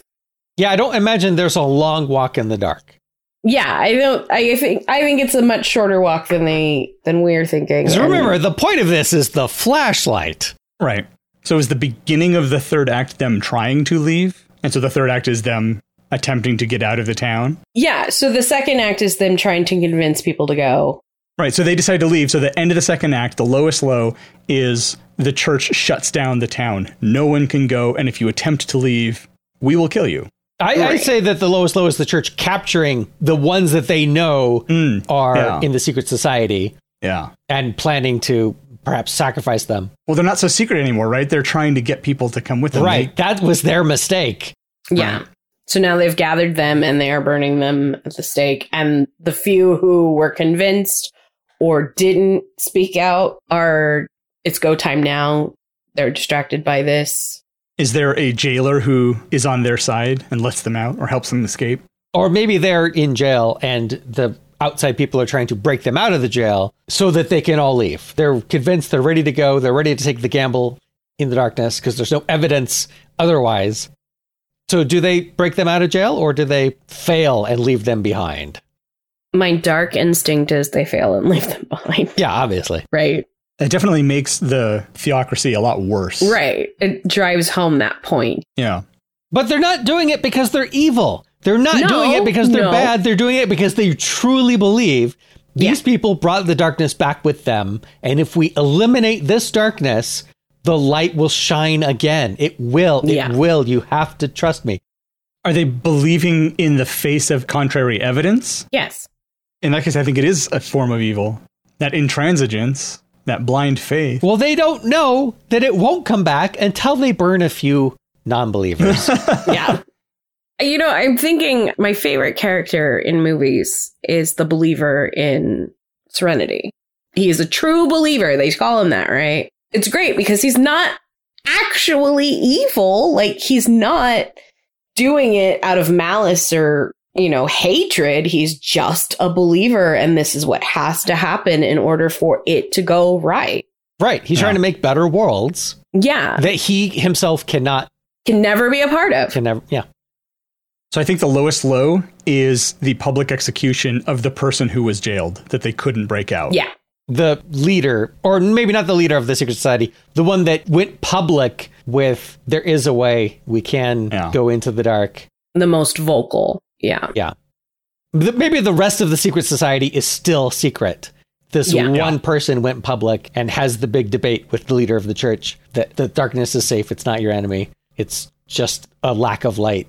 S3: Yeah, I don't imagine there's a long walk in the dark.
S1: Yeah, I don't. I think I think it's a much shorter walk than they than we're thinking.
S3: Because
S1: And-
S3: remember, the point of this is the flashlight.
S2: Right. So is the beginning of the third act them trying to leave? And so the third act is them attempting to get out of the town?
S1: yeah. So the second act is them trying to convince people to go.
S2: Right. So they decide to leave. So the end of the second act, the lowest low is the church shuts down the town. No one can go. And if you attempt to leave, we will kill you.
S3: I, I
S1: Right.
S3: say that the lowest low is the church capturing the ones that they know
S2: Mm,
S3: are
S2: yeah.
S3: in the secret society
S2: Yeah.
S3: and planning to perhaps sacrifice them.
S2: Well, they're not so secret anymore, right? They're trying to get people to come with them.
S3: Right. That was their mistake.
S1: Yeah. So now they've gathered them and they are burning them at the stake. And the few who were convinced or didn't speak out are it's go time now. They're distracted by this.
S2: Is there a jailer who is on their side and lets them out or helps them escape?
S3: Or maybe they're in jail and the outside people are trying to break them out of the jail so that they can all leave. They're convinced they're ready to go. They're ready to take the gamble in the darkness because there's no evidence otherwise. So do they break them out of jail or do they fail and leave them behind?
S1: My dark instinct is they fail and leave them [laughs] behind.
S3: Yeah, obviously.
S1: Right.
S2: It definitely makes the theocracy a lot worse.
S1: Right. It drives home that point.
S2: Yeah.
S3: But they're not doing it because they're evil. They're not
S1: No,
S3: doing it because they're
S1: no.
S3: bad. They're doing it because they truly believe these people brought the darkness back with them. And if we eliminate this darkness, the light will shine again. It will. It
S1: Yeah.
S3: will. You have to trust me.
S2: Are they believing in the face of contrary evidence?
S1: Yes.
S2: In that case, I think it is a form of evil. That intransigence, that blind faith. [laughs]
S3: Well, they don't know that it won't come back until they burn a few
S1: [laughs]
S3: non believers.
S1: yeah. You know, I'm thinking my favorite character in movies is the believer in Serenity. He is a true believer. They call him that, right? It's great because he's not actually evil. Like, he's not doing it out of malice or, you know, hatred. He's just a believer. And this is what has to happen in order for it to go right.
S3: right. He's
S2: Yeah.
S3: trying to make better worlds
S1: Yeah.
S3: that he himself cannot,
S1: Can never be a part of.
S3: can never, yeah.
S2: So I think the lowest low is the public execution of the person who was jailed that they couldn't break out.
S1: Yeah.
S3: the leader, or maybe not the leader of the secret society, the one that went public with "There is a way we can
S2: Yeah.
S3: go into the dark."
S1: The most vocal. Yeah.
S3: Th- Maybe the rest of the secret society is still secret. This
S1: Yeah.
S3: one person went public and has the big debate with the leader of the church that the darkness is safe. It's not your enemy. It's just a lack of light.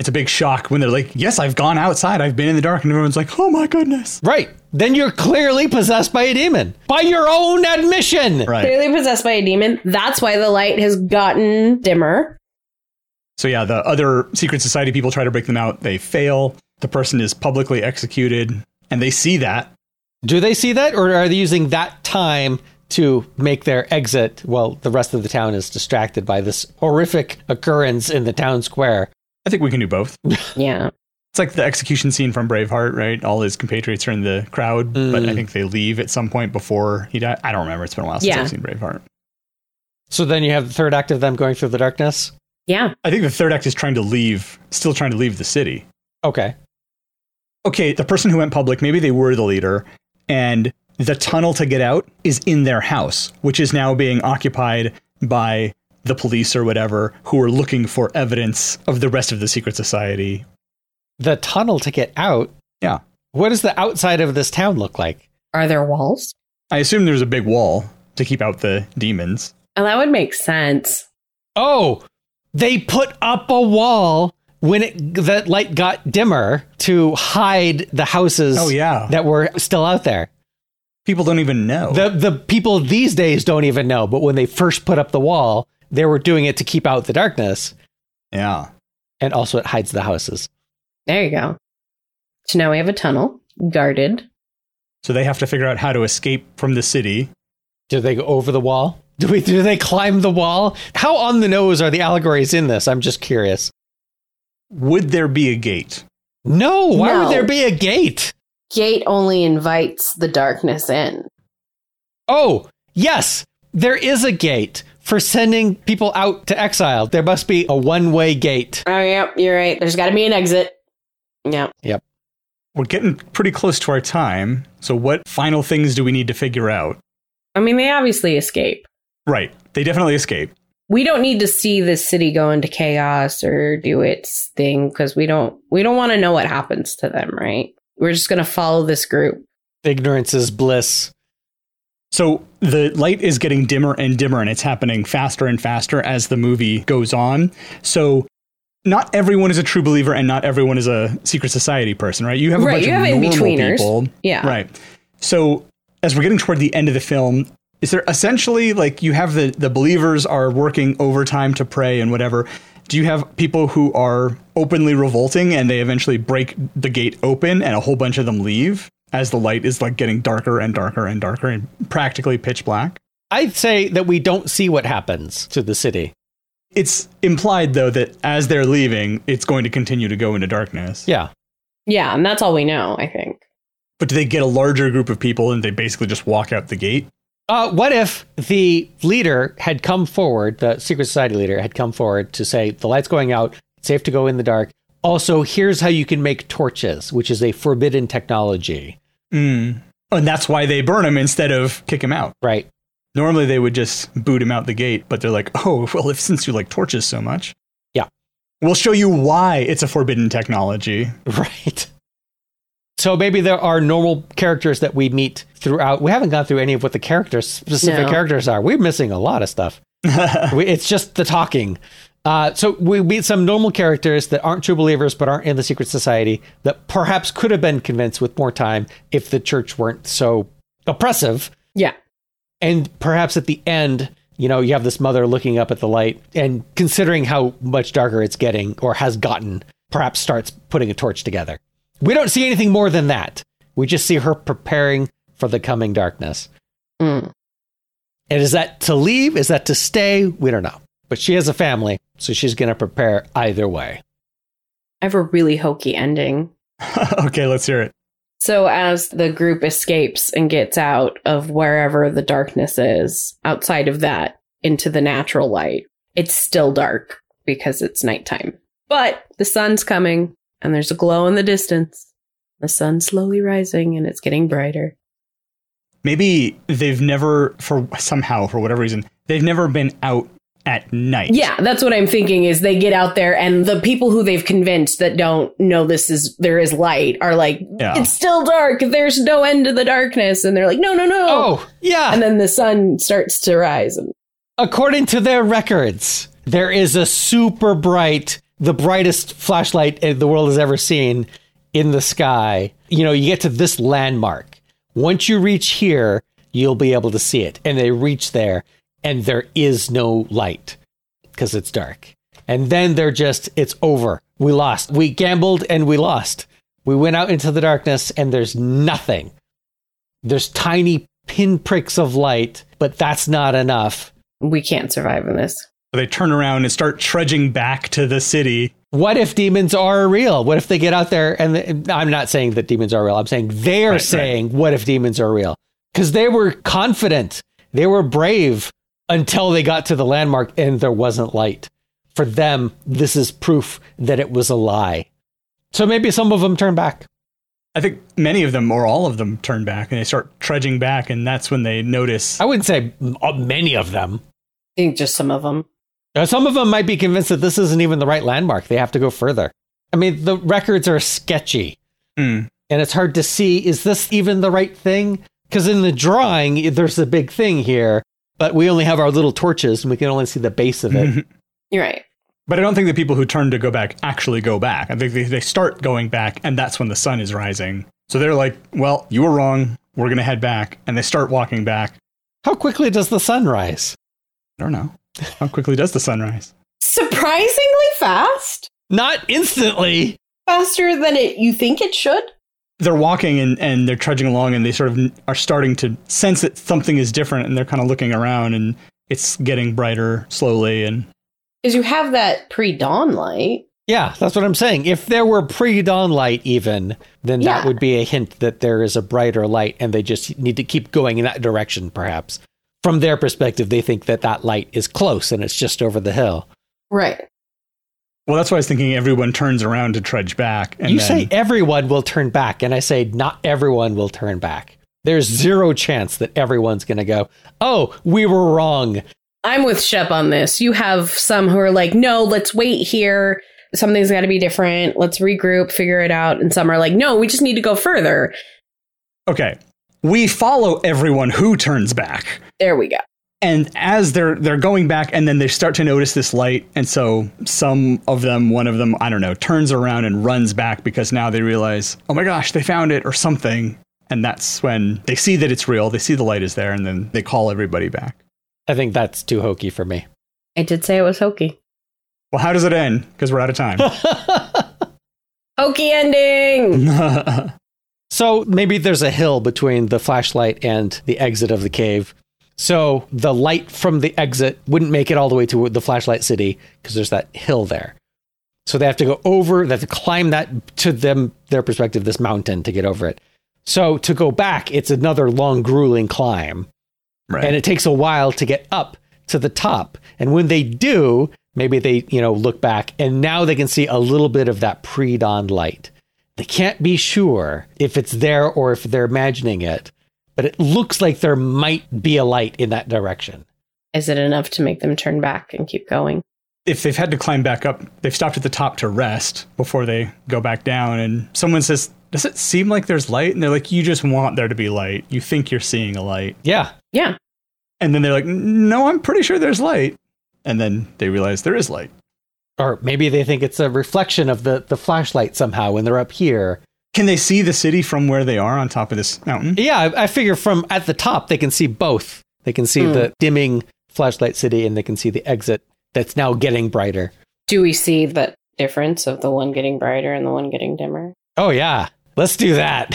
S2: It's a big shock when they're like, "Yes, I've gone outside. I've been in the dark." And everyone's like, "Oh my goodness."
S3: Right. Then you're clearly possessed by a demon by your own admission.
S2: Right.
S1: clearly possessed by a demon. That's why the light has gotten dimmer.
S2: So yeah, the other secret society people try to break them out. They fail. The person is publicly executed and they see that.
S3: Do they see that, or are they using that time to make their exit while the rest of the town is distracted by this horrific occurrence in the town square.
S2: I think we can do both.
S1: Yeah.
S2: It's like the execution scene from Braveheart, right? All his compatriots are in the crowd, but I think they leave at some point before he dies. I don't remember. It's been a while since
S1: Yeah.
S2: I've seen Braveheart.
S3: So then you have the third act of them going through the darkness.
S1: Yeah.
S2: I think the third act is trying to leave, still trying to leave the city.
S3: Okay.
S2: Okay, the person who went public, maybe they were the leader, and the tunnel to get out is in their house, which is now being occupied by the police or whatever, who are looking for evidence of the rest of the secret society.
S3: The tunnel to get out.
S2: Yeah.
S3: What does the outside of this town look like?
S1: Are there walls?
S2: I assume there's a big wall to keep out the demons.
S1: Oh, that would make sense.
S3: Oh, they put up a wall when it, that light got dimmer to hide the houses
S2: Oh, yeah.
S3: that were still out there.
S2: People don't even know.
S3: The the people these days don't even know, but when they first put up the wall, they were doing it to keep out the darkness,
S2: yeah.
S3: and also it hides the houses.
S1: There you go. So now we have a tunnel guarded.
S2: So they have to figure out how to escape from the city.
S3: Do they go over the wall? Do we do they climb the wall? How on the nose are the allegories in this? I'm just curious.
S2: Would there be a gate?
S3: No, why
S1: No.
S3: would there be a gate?
S1: Gate only invites the darkness in.
S3: Oh, yes, there is a gate for sending people out to exile. There must be a one-way gate.
S1: Oh, yep. You're right. There's got to be an exit. Yeah.
S2: We're getting pretty close to our time. So what final things do we need to figure out?
S1: I mean, they obviously escape.
S2: Right. They definitely escape.
S1: We don't need to see this city go into chaos or do its thing because we don't we don't want to know what happens to them, right? We're just gonna follow this group.
S3: Ignorance is bliss.
S2: So the light is getting dimmer and dimmer, and it's happening faster and faster as the movie goes on. So not everyone is a true believer, and not everyone is a secret society person, right? You have a
S1: Right,
S2: bunch
S1: you
S2: of
S1: have
S2: normal
S1: in-betweeners.
S2: people,
S1: Yeah.
S2: right? So as we're getting toward the end of the film, is there essentially like you have the the believers are working overtime to pray and whatever? Do you have people who are openly revolting and they eventually break the gate open and a whole bunch of them leave as the light is like getting darker and darker and darker and practically pitch black?
S3: I'd say that we don't see what happens to the city.
S2: It's implied though that as they're leaving, it's going to continue to go into darkness.
S3: Yeah.
S1: Yeah, and that's all we know, I think.
S2: But do they get a larger group of people and they basically just walk out the gate?
S3: Uh, what if the leader had come forward, the secret society leader had come forward to say, the light's going out, it's safe to go in the dark. Also, here's how you can make torches, which is a forbidden technology,
S2: Mm. And that's why they burn him instead of kick him out.
S3: right? [laughs]
S2: Normally they would just boot him out the gate, but they're like, [laughs] oh, well, if since you like torches so much.
S3: Yeah.
S2: We'll show you why it's a forbidden technology. [laughs]
S3: Right. So maybe there are normal characters that we meet throughout. We haven't gone through any of what the characters, specific
S1: No.
S3: characters are. We're missing a lot of stuff. we, it's just the talking. Uh, so we meet some normal characters that aren't true believers but aren't in the secret society that perhaps could have been convinced with more time if the church weren't so oppressive.
S1: Yeah.
S3: And perhaps at the end, you know, you have this mother looking up at the light and considering how much darker it's getting or has gotten, perhaps starts putting a torch together. We don't see anything more than that. We just see her preparing for the coming darkness.
S1: Mm.
S3: And is that to leave? Is that to stay? We don't know. But she has a family, so she's going to prepare either way.
S1: I have a really hokey ending.
S2: okay, let's hear it.
S1: So, as the group escapes and gets out of wherever the darkness is, outside of that, into the natural light, it's still dark because it's nighttime. But the sun's coming and there's a glow in the distance. The sun's slowly rising and it's getting brighter.
S2: Maybe they've never, for somehow, for whatever reason, they've never been out at night.
S1: Yeah, that's what I'm thinking is they get out there and the people who they've convinced that don't know this is there is light are like
S2: Yeah.
S1: it's still dark. There's no end to the darkness and they're like no no no.
S3: Oh, yeah.
S1: And then the sun starts to rise and
S3: According to their records, there is a super bright, the brightest flashlight the world has ever seen in the sky. You know, you get to this landmark. Once you reach here, you'll be able to see it. And they reach there, and there is no light because it's dark. And then they're just, it's over. We lost. We gambled and we lost. We went out into the darkness, and there's nothing. There's tiny pinpricks of light, but but that's not enough.
S1: We can't survive in this.
S2: They turn around and start trudging back to the city.
S3: What if demons are real? What if they get out there and and I'm not saying that demons are real. I'm saying they're
S2: right.
S3: saying what if demons are real? Cuz they were confident. They were brave until they got to the landmark and there wasn't light. For them, this is proof that it was a lie. So maybe some of them turn back.
S2: I think many of them, or all of them, turn back and they start trudging back, and that's when they notice.
S3: I wouldn't say m- uh, many of them.
S1: I think just some of them.
S3: Now, some of them might be convinced that this isn't even the right landmark. They have to go further. I mean, the records are sketchy
S2: Hmm.
S3: and it's hard to see is this even the right thing? Because in the drawing, there's a big thing here, but we only have our little torches and we can only see the base
S2: Mm-hmm.
S3: of
S2: hmm,
S3: it.
S1: You're right.
S2: But I don't think the people who turn to go back actually go back. I think they, they start going back, and that's when the sun is rising. So they're like, well, you were wrong. We're going to head back. And they start walking back.
S3: How quickly does the sun rise?
S2: I don't know. How quickly does the sun rise?
S1: Surprisingly fast.
S3: Not instantly.
S1: Faster than it you think it should.
S2: They're walking and, and they're trudging along, and they sort of n- are starting to sense that something is different, and they're kind of looking around, and it's getting brighter slowly. And
S1: Because you have that pre-dawn light.
S3: Yeah, that's what I'm saying. If there were pre dawn light, even, then that
S1: Yeah.
S3: would be a hint that there is a brighter light and they just need to keep going in that direction, perhaps. From their perspective, they think that that light is close and it's just over the hill.
S1: Right.
S2: well, that's why I was thinking everyone turns around to trudge back. And
S3: you
S2: then-
S3: say everyone will turn back, and I say not everyone will turn back. There's zero chance that everyone's going to go, oh, we were wrong.
S1: I'm with Shep on this. You have some who are like, no, let's wait here. Something's got to be different. Let's regroup, figure it out. And some are like, no, we just need to go further.
S2: okay, we follow everyone who turns back.
S1: There we go.
S2: and as they're they're going back and then they start to notice this light and so some of them one of them i don't know turns around and runs back because now they realize oh my gosh they found it or something and that's when they see that it's real they see the light is there and then they call everybody back
S3: I think that's too hokey for me. [laughs]
S1: I did say it was hokey.
S2: well how does it end because we're out of
S3: [laughs]
S2: time [laughs]
S1: Hokey ending.
S3: So maybe there's a hill between the flashlight and the exit of the cave. So the light from the exit wouldn't make it all the way to the flashlight city because there's that hill there. So they have to go over, they have to climb that to them their perspective this mountain to get over it. So to go back, it's another long grueling climb
S2: right
S3: and it takes a while to get up to the top. And when they do, maybe they, you know, look back and now they can see a little bit of that pre-dawn light. They can't be sure if it's there or if they're imagining it, but it looks like there might be a light in that direction.
S1: Is it enough to make them turn back and keep going?
S2: if they've had to climb back up they've stopped at the top to rest before they go back down and someone says does it seem like there's light and they're like you just want there to be light you think you're seeing a light
S3: Yeah.
S1: Yeah.
S2: And then they're like, no, I'm pretty sure there's light. And then they realize there is light.
S3: Or maybe they think it's a reflection of the, the flashlight somehow when they're up here.
S2: Can they see the city from where they are on top of this
S3: [laughs]
S2: mountain? [laughs]
S3: Yeah, I, I figure from at the top they can see both. They can see
S1: Hmm.
S3: the dimming flashlight city and they can see the exit that's now getting brighter.
S1: Do we see the difference of the one getting brighter and the one getting dimmer? [laughs]
S3: Oh yeah, let's do that.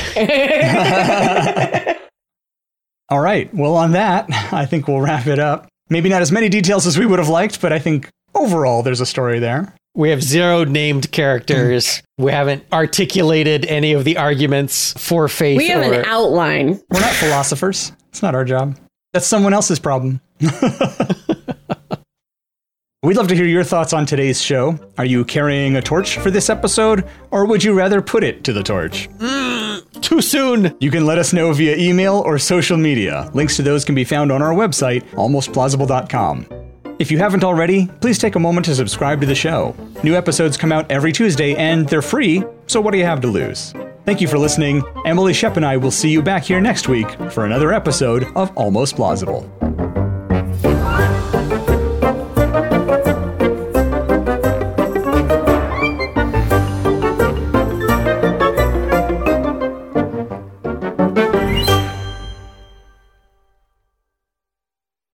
S2: All right. Well, on that, I think we'll wrap it up. Maybe not as many details as we would have liked, but I think overall there's a story there.
S3: We have zero named characters. we haven't articulated any of the arguments for faith.
S1: we have
S3: or-
S1: an outline.
S2: We're not philosophers. It's not our job. That's someone else's problem. [laughs] We'd love to hear your thoughts on today's show. Are you carrying a torch for this episode, or would you rather put it to the torch?
S3: too soon.
S2: You can let us know via email or social media. Links to those can be found on our website, almostplausible.com. If you haven't already, please take a moment to subscribe to the show. New episodes come out every Tuesday and they're free, so what do you have to lose? Thank you for listening. Emily Shep and I will see you back here next week for another episode of Almost Plausible.